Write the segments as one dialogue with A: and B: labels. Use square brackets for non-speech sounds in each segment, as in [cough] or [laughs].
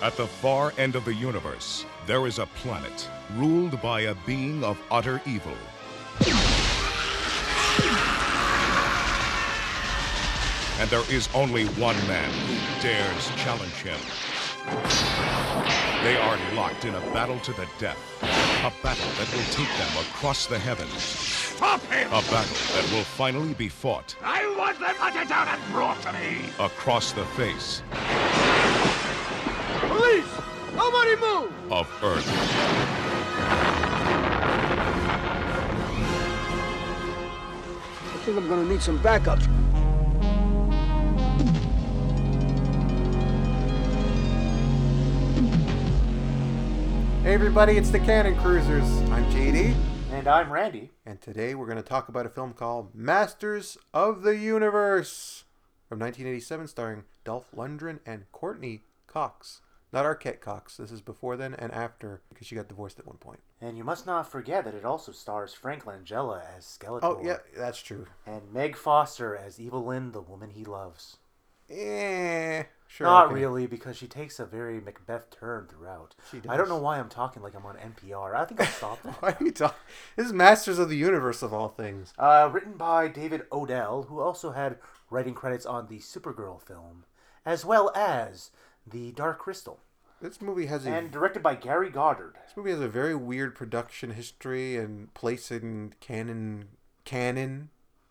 A: At the far end of the universe, there is a planet ruled by a being of utter evil. And there is only one man who dares challenge him. They are locked in a battle to the death. A battle that will take them across the heavens.
B: Stop him!
A: A battle that will finally be fought
B: I want them hunted down and brought to me!
A: across the face
B: Police! Nobody move!
A: of Earth.
C: I think I'm gonna need some backup.
D: Hey everybody, it's the Cannon Cruisers. I'm JD,
E: And I'm Randy.
D: and today we're going to talk about a film called Masters of the Universe from 1987, starring Dolph Lundgren and Courtney Cox. Not Arquette Cox. This is before then and after because she got divorced at one point.
E: And you must not forget that it also stars Frank Langella as Skeletor.
D: Oh yeah, that's true.
E: And Meg Foster as Evelyn, the woman he loves.
D: Eh, sure.
E: Not
D: okay.
E: really, because she takes a very Macbeth turn throughout.
D: She
E: I
D: does.
E: don't know why I'm talking like I'm on NPR. I think I'll
D: [laughs]
E: stop that.
D: [laughs] Why are you talking? This is Masters of the Universe of all things.
E: Uh, written by David Odell, who also had writing credits on the Supergirl film, as well as The Dark Crystal,
D: This movie has a
E: and directed by Gary Goddard.
D: This movie has a very weird production history and place in canon canon.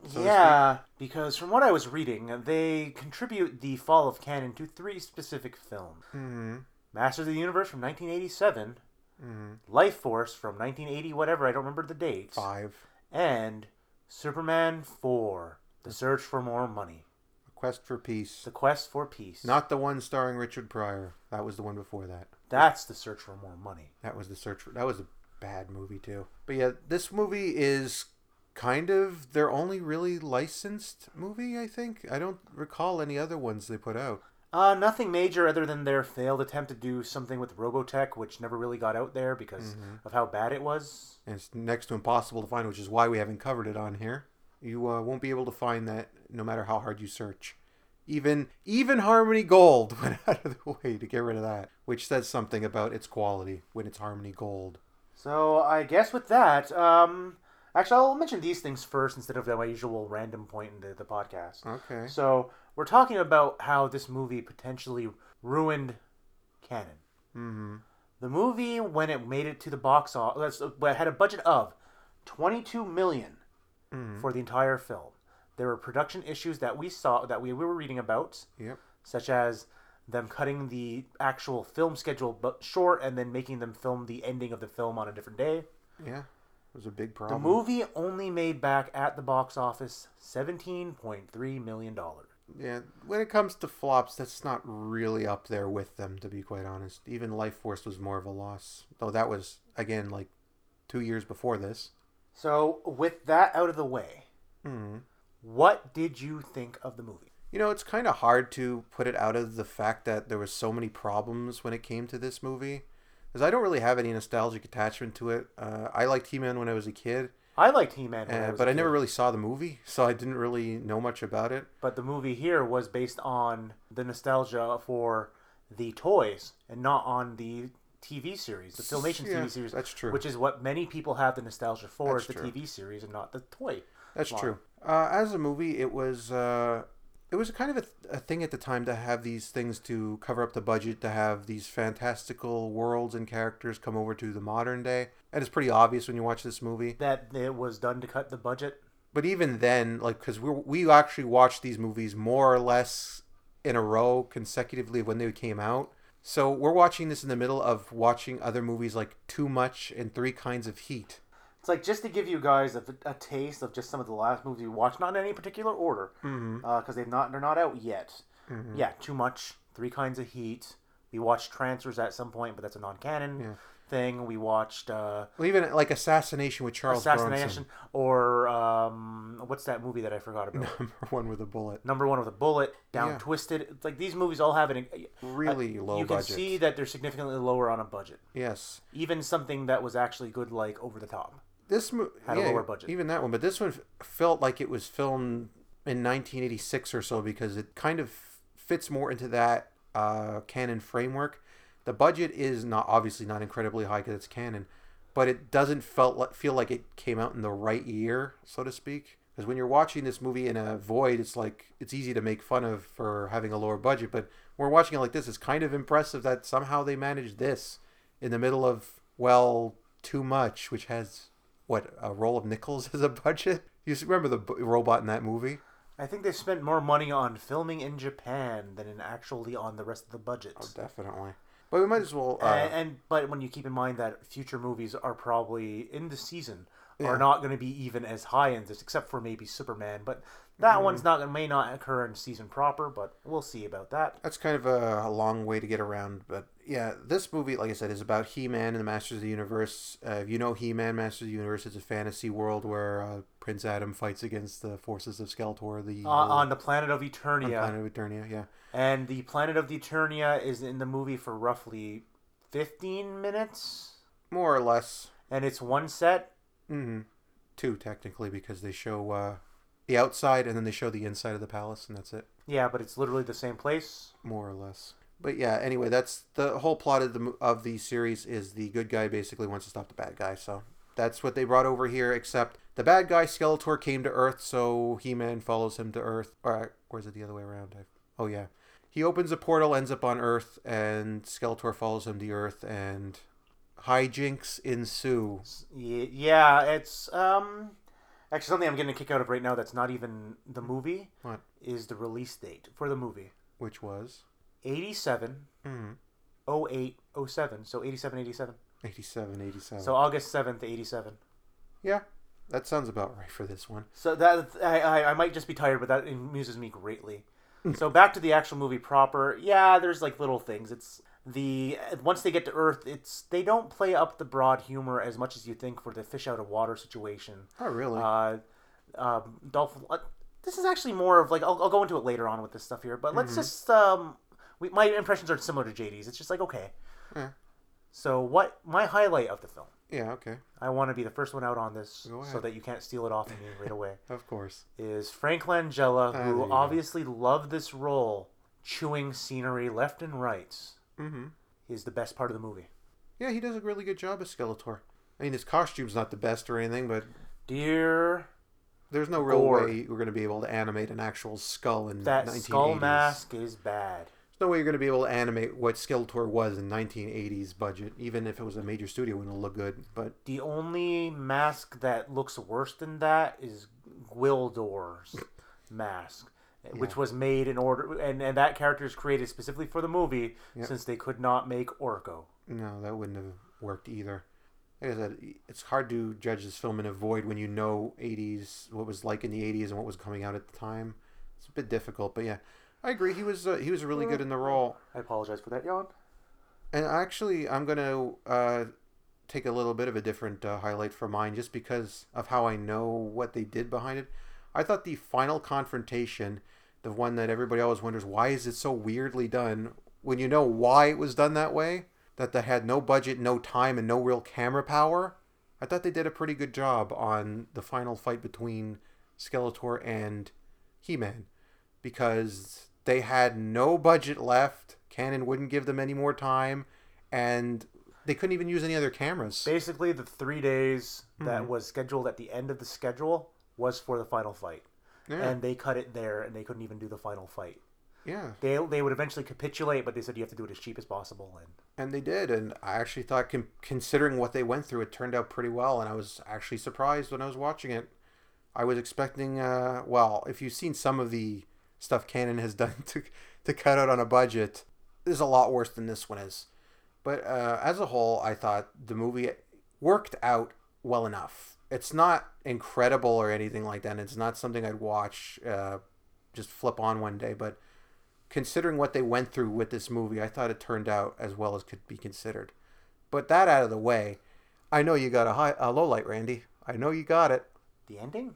D: so to
E: yeah, because from what I was reading, they contribute the fall of canon to three specific films
D: hmm
E: Masters of the Universe from 1987,
D: Mm-hmm.
E: Life Force from 1980, whatever, I don't remember the dates,
D: Five.
E: and Superman 4 The Search for More Money,
D: A Quest for Peace.
E: The Quest for Peace.
D: Not the one starring Richard Pryor. That was the one before that.
E: That's The Search for More Money.
D: That was the search. For, that was a bad movie too. But yeah, this movie is kind of their only really licensed movie. I think I don't recall any other ones they put out.
E: Uh, nothing major other than their failed attempt to do something with Robotech, which never really got out there because
D: Mm-hmm.
E: of how bad it was.
D: and it's next to impossible to find, which is why we haven't covered it on here. You uh, won't be able to find that no matter how hard you search. Even even Harmony Gold [laughs] went out of the way to get rid of that, which says something about its quality when it's Harmony Gold.
E: So I guess with that, um, actually, I'll mention these things first instead of my usual random point in the, the podcast.
D: Okay.
E: So we're talking about how this movie potentially ruined canon.
D: Mm-hmm.
E: The movie, when it made it to the box office, uh, had a budget of 22 million
D: Mm-hmm.
E: for the entire film. There were production issues that we saw that we, we were reading about,
D: Yep.
E: such as them cutting the actual film schedule bu- short and then making them film the ending of the film on a different day.
D: Yeah. It was a big
E: The
D: problem.
E: movie only made back at the box office $17.3 million.
D: Yeah. When it comes to flops, that's not really up there with them, to be quite honest. Even Life Force was more of a loss, though that was again like two years before this.
E: So, with that out of the way,
D: Mm-hmm.
E: what did you think of the movie?
D: You know, it's kind of hard to put it out of the fact that there was so many problems when it came to this movie, because I don't really have any nostalgic attachment to it. Uh, I liked He-Man when I was a kid,
E: I liked He Man,
D: uh, but I never really saw the movie, [laughs] so I didn't really know much about it.
E: But the movie here was based on the nostalgia for the toys and not on the TV series, the Filmation
D: Yeah,
E: TV series.
D: that's true.
E: Which is what many people have the nostalgia for
D: That's
E: is the
D: true.
E: TV series and not the toy.
D: That's
E: Wow.
D: true. Uh, as a movie, it was uh, it was kind of a, a thing at the time to have these things to cover up the budget, to have these fantastical worlds and characters come over to the modern day, and it's pretty obvious when you watch this movie.
E: That it was done to cut the budget.
D: but even then, like, because we we actually watched these movies more or less in a row consecutively when they came out. So we're watching this in the middle of watching other movies like Too Much and Three Kinds of Heat.
E: It's like just to give you guys a, a taste of just some of the last movies we watched, not in any particular order, because
D: Mm-hmm.
E: they've not they're not out yet. Yeah, too much. Three kinds of heat. We watched Trancers at some point, but that's a non-canon thing. We watched uh,
D: Well, even like Assassination with Charles
E: Assassination or um, what's that movie that I forgot about?
D: Bronson, [laughs] number one with a bullet.
E: Number one with a bullet, Down
D: Yeah.
E: Twisted. It's like these movies all have an uh,
D: Really low
E: You can
D: budget.
E: see that they're significantly lower on a budget.
D: Yes,
E: Even something that was actually good, like Over the Top.
D: this movie
E: Had a lower budget.
D: Even that one, but this one f- felt like it was filmed in 1986 or so because it kind of fits more into that uh, canon framework. The budget is not obviously not incredibly high because it's canon, but it doesn't felt like, feel like it came out in the right year, so to speak. Because when you're watching this movie in a void, it's like it's easy to make fun of for having a lower budget. But when we're watching it like this, it's kind of impressive that somehow they managed this in the middle of well, too much, which has what a roll of nickels [laughs] as a budget. You s- remember the b- robot in that movie?
E: I think they spent more money on filming in Japan than in actually on the rest of the budget.
D: Oh, Definitely. But we might as well. Uh,
E: and, and but when you keep in mind that future movies are probably in the season are not going to be even as high in this, except for maybe Superman. But that one's not may not occur in season proper, but we'll see about that. Uh,
D: that's kind of a, a long way to get around, but yeah, this movie, like I said, is about He-Man and the Masters of the Universe. Uh, if you know He-Man, Masters of the Universe, it's a fantasy world where uh, Prince Adam fights against the forces of Skeletor, the
E: On, on the planet of Eternia,
D: planet of Eternia. Uh, Yeah,
E: and the planet of the Eternia is in the movie for roughly fifteen minutes,
D: more or less
E: and it's one set.
D: two technically because they show uh, the outside and then they show the inside of the palace, and that's it.
E: Yeah, but it's literally the same place.
D: more or less. But yeah, anyway, that's the whole plot of the mo- of the series is the good guy basically wants to stop the bad guy. So that's what they brought over here. Except the bad guy Skeletor came to Earth, so He Man follows him to Earth. Or or is it the other way around? I, oh yeah, he opens a portal, ends up on Earth, and Skeletor follows him to Earth, and hijinks ensue.
E: Ye- Yeah, it's um actually something I'm getting a kick out of right now that's not even the movie
D: What?
E: is the release date for the movie.
D: Which was
E: 87 08 07 so 87 87.
D: 87, 87.
E: So August 7th 87.
D: yeah, that sounds about right for this one.
E: So that I, I I might just be tired but that amuses me greatly.
D: Hmm.
E: so back to the actual movie proper. Yeah, there's like little things. It's the once they get to Earth, it's they don't play up the broad humor as much as you think for the fish out of water situation.
D: Oh really?
E: Uh, um, Dolph. Uh, this is actually more of like I'll, I'll go into it later on with this stuff here, but let's
D: Mm-hmm.
E: just um, we, my impressions are similar to JD's. It's just like okay. So what my highlight of the film?
D: yeah, okay,
E: I want to be the first one out on this,
D: Go
E: so
D: ahead.
E: that you can't steal it off of me right away.
D: of course.
E: Is Frank Langella,
D: Ah, there you
E: who
D: go.
E: obviously loved this role, chewing scenery left and right,
D: Mm-hmm.
E: is the best part of the movie.
D: Yeah, he does a really good job as Skeletor. I mean, his costume's not the best or anything, but
E: Dear
D: there's no real
E: Gore.
D: way we're going to be able to animate an actual skull in
E: that
D: 1980s.
E: skull mask is bad.
D: There's no way you're going to be able to animate what Skeletor was in 1980s budget, even if it was a major studio, it wouldn't look good. But
E: The only mask that looks worse than that is
D: [laughs]
E: Gwildor's mask, which was made in order, and, and that character is created specifically for the movie since they could not make Orko.
D: no, that wouldn't have worked either. Like I said, it's hard to judge this film in a void when you know 80s what was like in the 80s and what was coming out at the time. It's a bit difficult, but yeah, I agree. He was uh, he was really good in the role.
E: I apologize for that yawn.
D: And actually, I'm going to uh, take a little bit of a different uh, highlight from mine just because of how I know what they did behind it. I thought the final confrontation, the one that everybody always wonders, why is it so weirdly done? When you know why it was done that way, that they had no budget, no time, and no real camera power, I thought they did a pretty good job on the final fight between Skeletor and He Man because they had no budget left. Canon wouldn't give them any more time, and they couldn't even use any other cameras.
E: Basically, the three days that was scheduled at the end of the schedule was for the final fight, and they cut it there, and they couldn't even do the final fight.
D: Yeah,
E: They they would eventually capitulate, but they said you have to do it as cheap as possible, and
D: and they did, and I actually thought, con- considering what they went through, it turned out pretty well, and I was actually surprised when I was watching it. I was expecting, uh, well, if you've seen some of the stuff Canon has [laughs] done to to cut out on a budget, there's a lot worse than this one is. But uh, as a whole, I thought the movie worked out well enough. It's not incredible or anything like that. And it's not something I'd watch, uh, just flip on one day. But considering what they went through with this movie, I thought it turned out as well as could be considered. But that out of the way, I know you got a high, a low light, Randy. I know you got it.
E: the ending.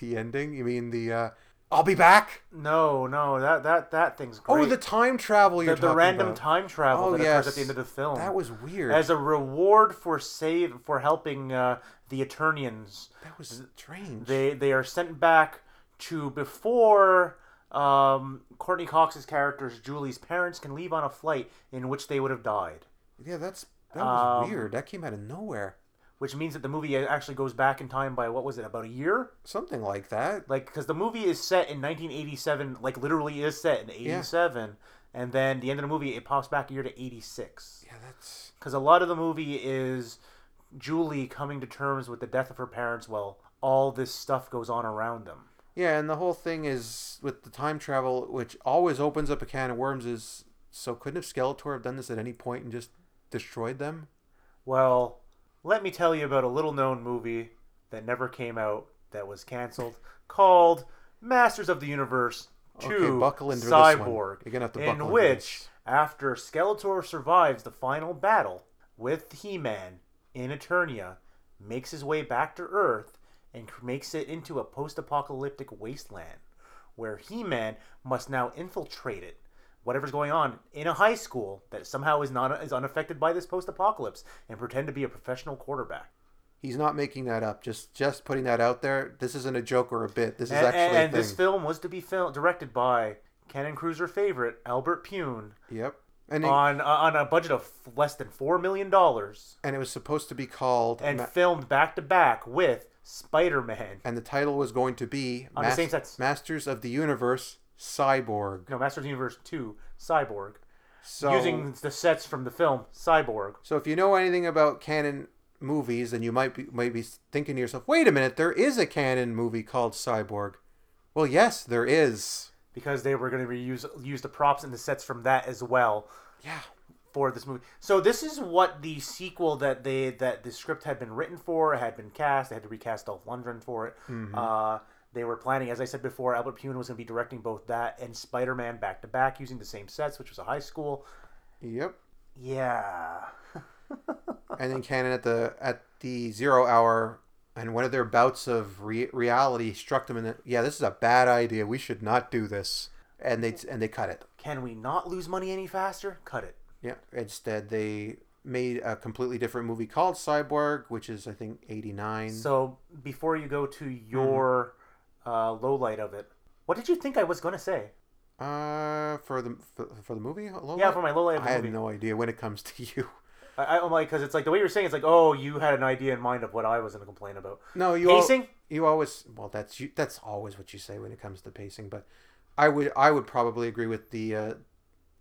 D: The ending. You mean the? Uh, I'll be back.
E: No, no, that that that thing's great.
D: Oh, the time travel you're
E: the, the
D: talking
E: random
D: about.
E: time travel
D: Oh,
E: that occurs
D: yes.
E: at the end of the film.
D: That was weird.
E: as a reward for save for helping uh, the Eternians.
D: that was strange.
E: They they are sent back to before um, Courtney Cox's character's Julie's parents can leave on a flight in which they would have died,
D: Yeah, that's that was
E: um,
D: weird. That came out of nowhere.
E: which means that the movie actually goes back in time by what was it about a year?
D: Something like that.
E: Like because the movie is set in 1987, like literally is set in 87, and then the end of the movie it pops back a year to 86.
D: Yeah, that's
E: because a lot of the movie is Julie coming to terms with the death of her parents while all this stuff goes on around them.
D: yeah, and the whole thing is with the time travel, which always opens up a can of worms. Is so couldn't have Skeletor have done this at any point and just destroyed them?
E: Well, let me tell you about a little known movie that never came out that was canceled called Masters of the Universe 2
D: Okay, buckle into this one.
E: Cyborg.
D: You're gonna have to
E: in
D: buckle into
E: which,
D: this.
E: after Skeletor survives the final battle with He Man in Eternia, makes his way back to Earth and cr- makes it into a post apocalyptic wasteland where He Man must now infiltrate it. Whatever's going on in a high school that somehow is not is unaffected by this post-apocalypse and pretend to be a professional quarterback.
D: He's not making that up. Just just putting that out there. This isn't a joke or a bit. This is
E: and,
D: actually
E: and-
D: a
E: and
D: thing.
E: this film was to be fil- directed by Cannon Cruiser favorite Albert Pune
D: Yep. And it,
E: on uh, on a budget of f- less than four million dollars
D: and it was supposed to be called
E: and
D: Ma-
E: filmed back to back with Spider Man.
D: and the title was going to be
E: On the same sets.
D: Masters of the Universe Cyborg.
E: No, Masters of the Universe Two Cyborg
D: So
E: using the sets from the film Cyborg.
D: So if you know anything about canon movies, then you might be might be thinking to yourself, "Wait a minute, there is a canon movie called Cyborg." Well, yes, there is.
E: because they were going to reuse use the props and the sets from that as well
D: Yeah.
E: for this movie. So this is what the sequel that they that the script had been written for had been cast. They had to recast Dolph Lundgren for it.
D: Mm-hmm.
E: Uh, they were planning, as I said before, Albert Pune was going to be directing both that and Spider Man back to back using the same sets, which was a high school.
D: Yep.
E: Yeah,
D: And then canon at the at the zero hour and one of their bouts of re- reality struck them in the yeah this is a bad idea we should not do this and they and they cut it
E: can we not lose money any faster? Cut it.
D: yeah instead they made a completely different movie called cyborg which is i think 89
E: So before you go to your uh, low light of it, what did you think I was going to say?
D: Uh, for the for, for the movie? Lola?
E: Yeah, for my Lola of the
D: I
E: movie.
D: had no idea when it comes to you. [laughs]
E: I, I- I'm like, because it's like the way you're saying, it's like, oh, you had an idea in mind of what I was going to complain about.
D: No, you al-
E: Pacing?
D: you always well. That's you. That's always what you say when it comes to pacing. But I would I would probably agree with the. Uh,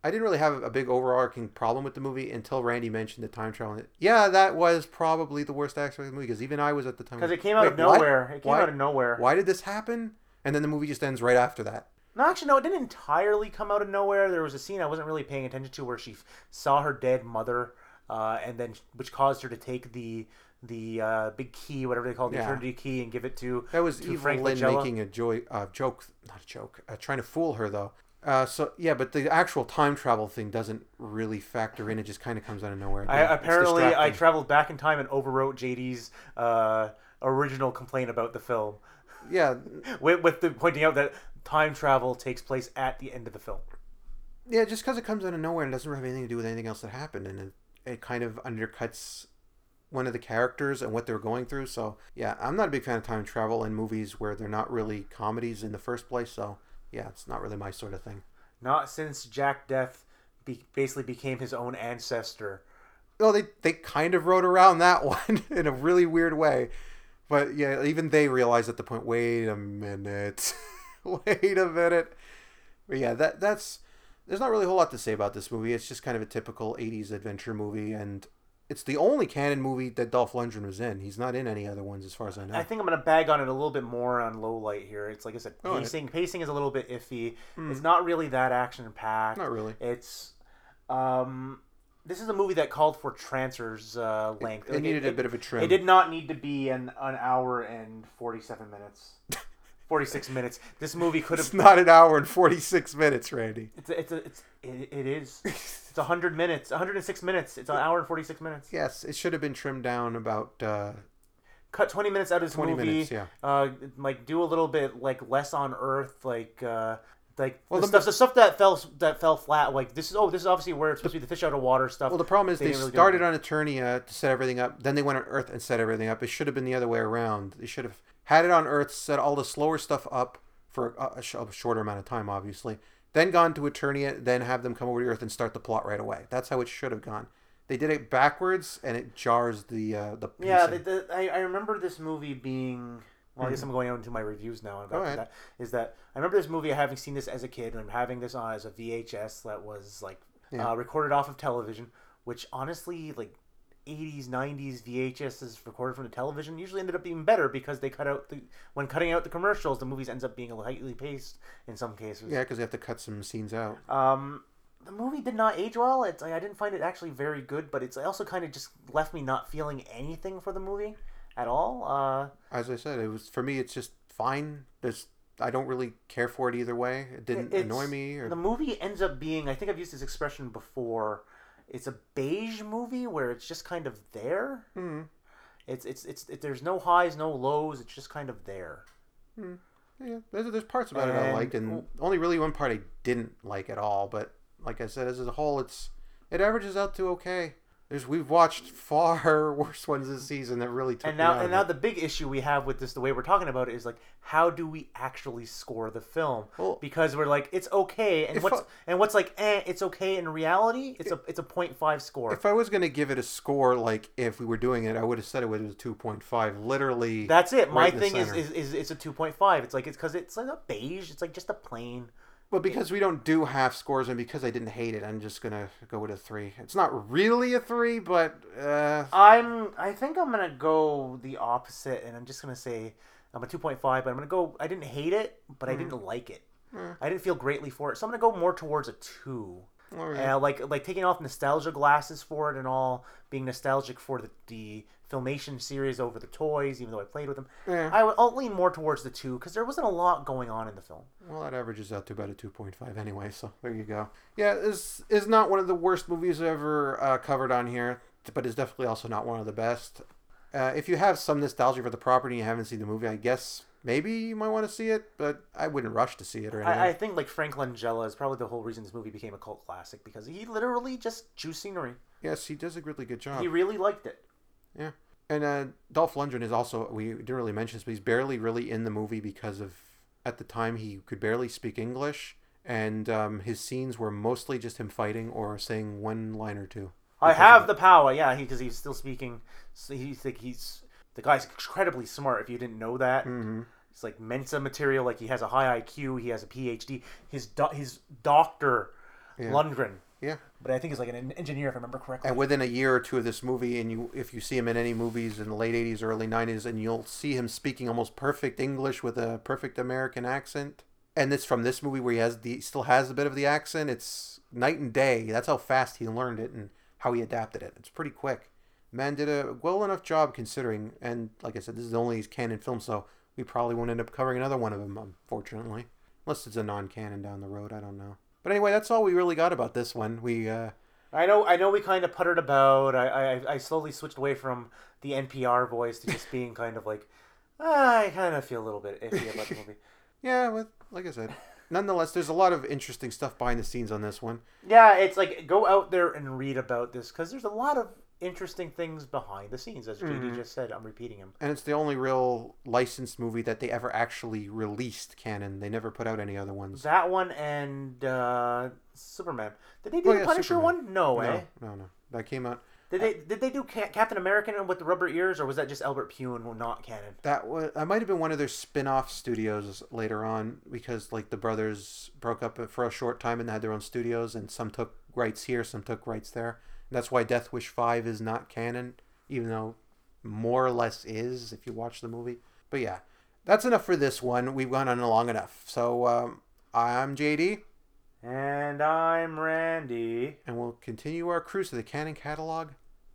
D: I didn't really have a big overarching problem with the movie until Randy mentioned the time travel. Yeah, that was probably the worst aspect of the movie because even I was at the time.
E: Because it came out
D: "Wait,
E: of
D: what?
E: nowhere. It came
D: Why-
E: out of nowhere.
D: Why did this happen? And then the movie just ends right after that.
E: No, actually, no, it didn't entirely come out of nowhere. There was a scene I wasn't really paying attention to where she f- saw her dead mother, uh, and then which caused her to take the the uh, big key, whatever they call it, the
D: Yeah.
E: eternity key, and give it to
D: That was
E: to
D: evil
E: Frank
D: Lynn
E: Langella.
D: making a joy, uh, joke, not a joke, uh, trying to fool her though. Uh, so yeah, but the actual time travel thing doesn't really factor in. It just kind of comes out of nowhere.
E: I,
D: Yeah, it's
E: apparently, I
D: distracting.
E: traveled back in time and overwrote JD's uh, original complaint about the film,
D: Yeah,
E: with, with the pointing out that time travel takes place at the end of the film.
D: yeah, just because it comes out of nowhere and doesn't have anything to do with anything else that happened, and it, it kind of undercuts one of the characters and what they're going through. So yeah, I'm not a big fan of time travel in movies where they're not really comedies in the first place. So yeah, it's not really my sort of thing.
E: Not since Jack Death be- basically became his own ancestor.
D: No, they they kind of rode around that [laughs] one in a really weird way. But yeah, even they realized at the point, wait a minute. [laughs] wait a minute. But yeah, that that's there's not really a whole lot to say about this movie. It's just kind of a typical 80s adventure movie and it's the only canon movie that Dolph Lundgren was in. He's not in any other ones as far as I know.
E: I think I'm gonna bag on it a little bit more on low light here. It's like I said,
D: right.
E: pacing. Pacing is a little bit iffy. It's not really that action packed.
D: Hmm. Not really.
E: It's um, this is a movie that called for Trancer's uh, length.
D: it needed a bit of a trim.
E: It did not need to be an an hour and forty
D: [laughs]
E: seven minutes. 46 minutes. This movie could
D: [laughs]
E: have
D: it's not an hour and 46 minutes, Randy.
E: It's a, it's a, it's it,
D: [laughs]
E: it is. It's 100 minutes, 106 minutes. It's an hour and 46 minutes.
D: Yes, it should have been trimmed down about uh
E: Cut 20 minutes out of this
D: 20
E: movie.
D: minutes, yeah.
E: Uh, like do a little bit like less on Earth, like uh, like
D: Well,
E: the,
D: the-
E: stuff the stuff that fell that fell flat. Like this is oh this is obviously where it's supposed to be the fish out of water stuff.
D: Well, the problem is they,
E: didn't really do
D: started
E: it.
D: on Eternia to set everything up. Then they went on Earth and set everything up. It should have been the other way around. They should have had it on Earth, set all the slower stuff up for a, a, sh- a shorter amount of time, obviously. Then gone to Eternia, then have them come over to Earth and start the plot right away. That's how it should have gone. They did it backwards, and it jars the uh, the
E: Yeah, the,
D: pacing.
E: the, I, I remember this movie being. Well, I guess I'm going into my reviews now. About
D: Hmm. Go ahead.
E: that is that I remember this movie having seen this as a kid, and I'm having this on as a VHS that was like uh, recorded off of television, which honestly, like 80s, 90s VHSs recorded from the television usually ended up being better because they cut out the when cutting out the commercials, the movies ends up being lightly paced in some cases.
D: Yeah, because they have to cut some scenes out.
E: Um, the movie did not age well. It's I didn't find it actually very good, but it's also kind of just left me not feeling anything for the movie at all. Uh,
D: As I said, it was for me. It's just fine. There's, I don't really care for it either way. It didn't
E: it's-
D: annoy me. Or
E: The movie ends up being. I think I've used this expression before. It's a beige movie where it's just kind of there.
D: Hmm.
E: It's it's it's it, there's no highs, no lows. It's just kind of there.
D: yeah, there's, there's parts about it I
E: And-
D: liked, and only really one part I didn't like at all. But like I said, as a whole, it's it averages out to okay. There's we've watched far [laughs] worse ones this season that really took
E: and now
D: me out
E: and
D: of
E: now
D: it.
E: the big issue we have with this the way we're talking about it is like how do we actually score the film
D: Well-
E: because we're like it's okay and
D: If
E: what's
D: I-
E: and what's like eh, it's okay in reality it's a it's a 0.5 score
D: If I was gonna give it a score, like if we were doing it, I would have said it was two point five. Literally,
E: that's it my
D: right in the
E: thing is,
D: center.
E: is is it's a 2.5 it's like it's because it's like a beige it's like just a plain
D: Well, because we don't do half scores, and because I didn't hate it, I'm just gonna go with a three. It's not really a three, but uh,
E: i'm i think i'm gonna go the opposite and i'm just gonna say i'm a 2.5 but i'm gonna go i didn't hate it but i
D: Hmm.
E: didn't like it i didn't feel greatly for it so i'm gonna go more towards a two
D: all right.
E: Uh, like like taking off nostalgia glasses for it and all, being nostalgic for the, the filmation series over the toys, even though I played with them.
D: Yeah.
E: I would I'll lean more towards the two because there wasn't a lot going on in the film.
D: Well, that averages out to about a 2.5 anyway, so there you go. Yeah, this is not one of the worst movies ever uh, covered on here, but it's definitely also not one of the best. Uh, if you have some nostalgia for the property and you haven't seen the movie, I guess maybe you might want to see it, but I wouldn't rush to see it or anything.
E: I, I think like Frank Langella is probably the whole reason this movie became a cult classic because he literally just drew scenery.
D: Yes, he does a really good job.
E: He really liked it.
D: Yeah. And uh, Dolph Lundgren is also, we didn't really mention this, but he's barely really in the movie because of, at the time, he could barely speak English, and um, his scenes were mostly just him fighting or saying one line or two.
E: I have the power, yeah, because he's still speaking. So he's like he's the guy's incredibly smart. If you didn't know that,
D: Mm-hmm.
E: he's like Mensa material. Like he has a high IQ. He has a PhD. His do- his doctor Lundgren,
D: Yeah.
E: but I think he's like an engineer if I remember correctly.
D: And within a year or two of this movie, and you, if you see him in any movies in the late '80s, early '90s, and you'll see him speaking almost perfect English with a perfect American accent. And it's from this movie where he has the still has a bit of the accent. It's night and day. That's how fast he learned it and how he adapted it. It's pretty quick. Man did a well enough job considering. And like I said, this is only his canon film, so we probably won't end up covering another one of them, unfortunately, unless it's a non-canon down the road. I don't know. But anyway, that's all we really got about this one. We uh,
E: I know, I know, we kind of puttered about. I, I, I slowly switched away from the NPR voice to just being kind of like, "Ah, I kind of feel a little bit iffy about the movie.
D: Yeah, well, like I said, nonetheless, there's a lot of interesting stuff behind the scenes on this one.
E: Yeah, it's like go out there and read about this because there's a lot of interesting things behind the scenes, as JD just said. I'm repeating him.
D: And it's the only real licensed movie that they ever actually released canon. They never put out any other ones.
E: That one and uh, Superman. Did they do
D: Oh,
E: the
D: yeah,
E: Punisher
D: Superman.
E: one? No, eh?
D: No, no, no. That came out.
E: Did they did they do Ca- Captain America with the rubber ears, or was that just Albert Pune, well, not canon?
D: That was that might have been one of their spin-off studios later on because like the brothers broke up for a short time and had their own studios and some took rights here, some took rights there. And that's why Death Wish 5 is not canon even though more or less is if you watch the movie. But yeah, that's enough for this one. We've gone on long enough. So um, I'm JD
E: And I'm Randy.
D: and we'll continue our cruise through the canon catalog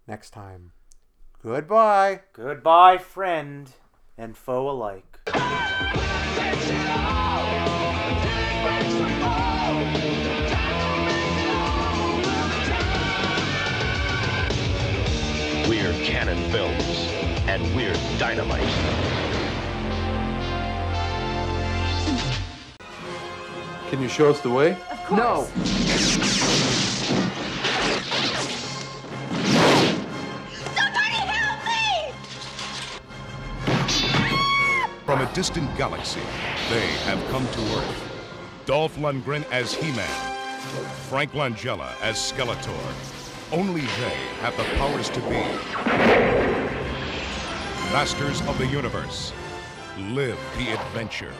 D: next time. Goodbye.
E: Goodbye, friend and foe alike.
B: We're Cannon Films, and we're dynamite.
F: Can you show us the way?
C: No.
G: Somebody help me!
A: From a distant galaxy, they have come to Earth. Dolph Lundgren as He-Man, Frank Langella as Skeletor. Only they have the powers to be masters of the universe. Live the adventure.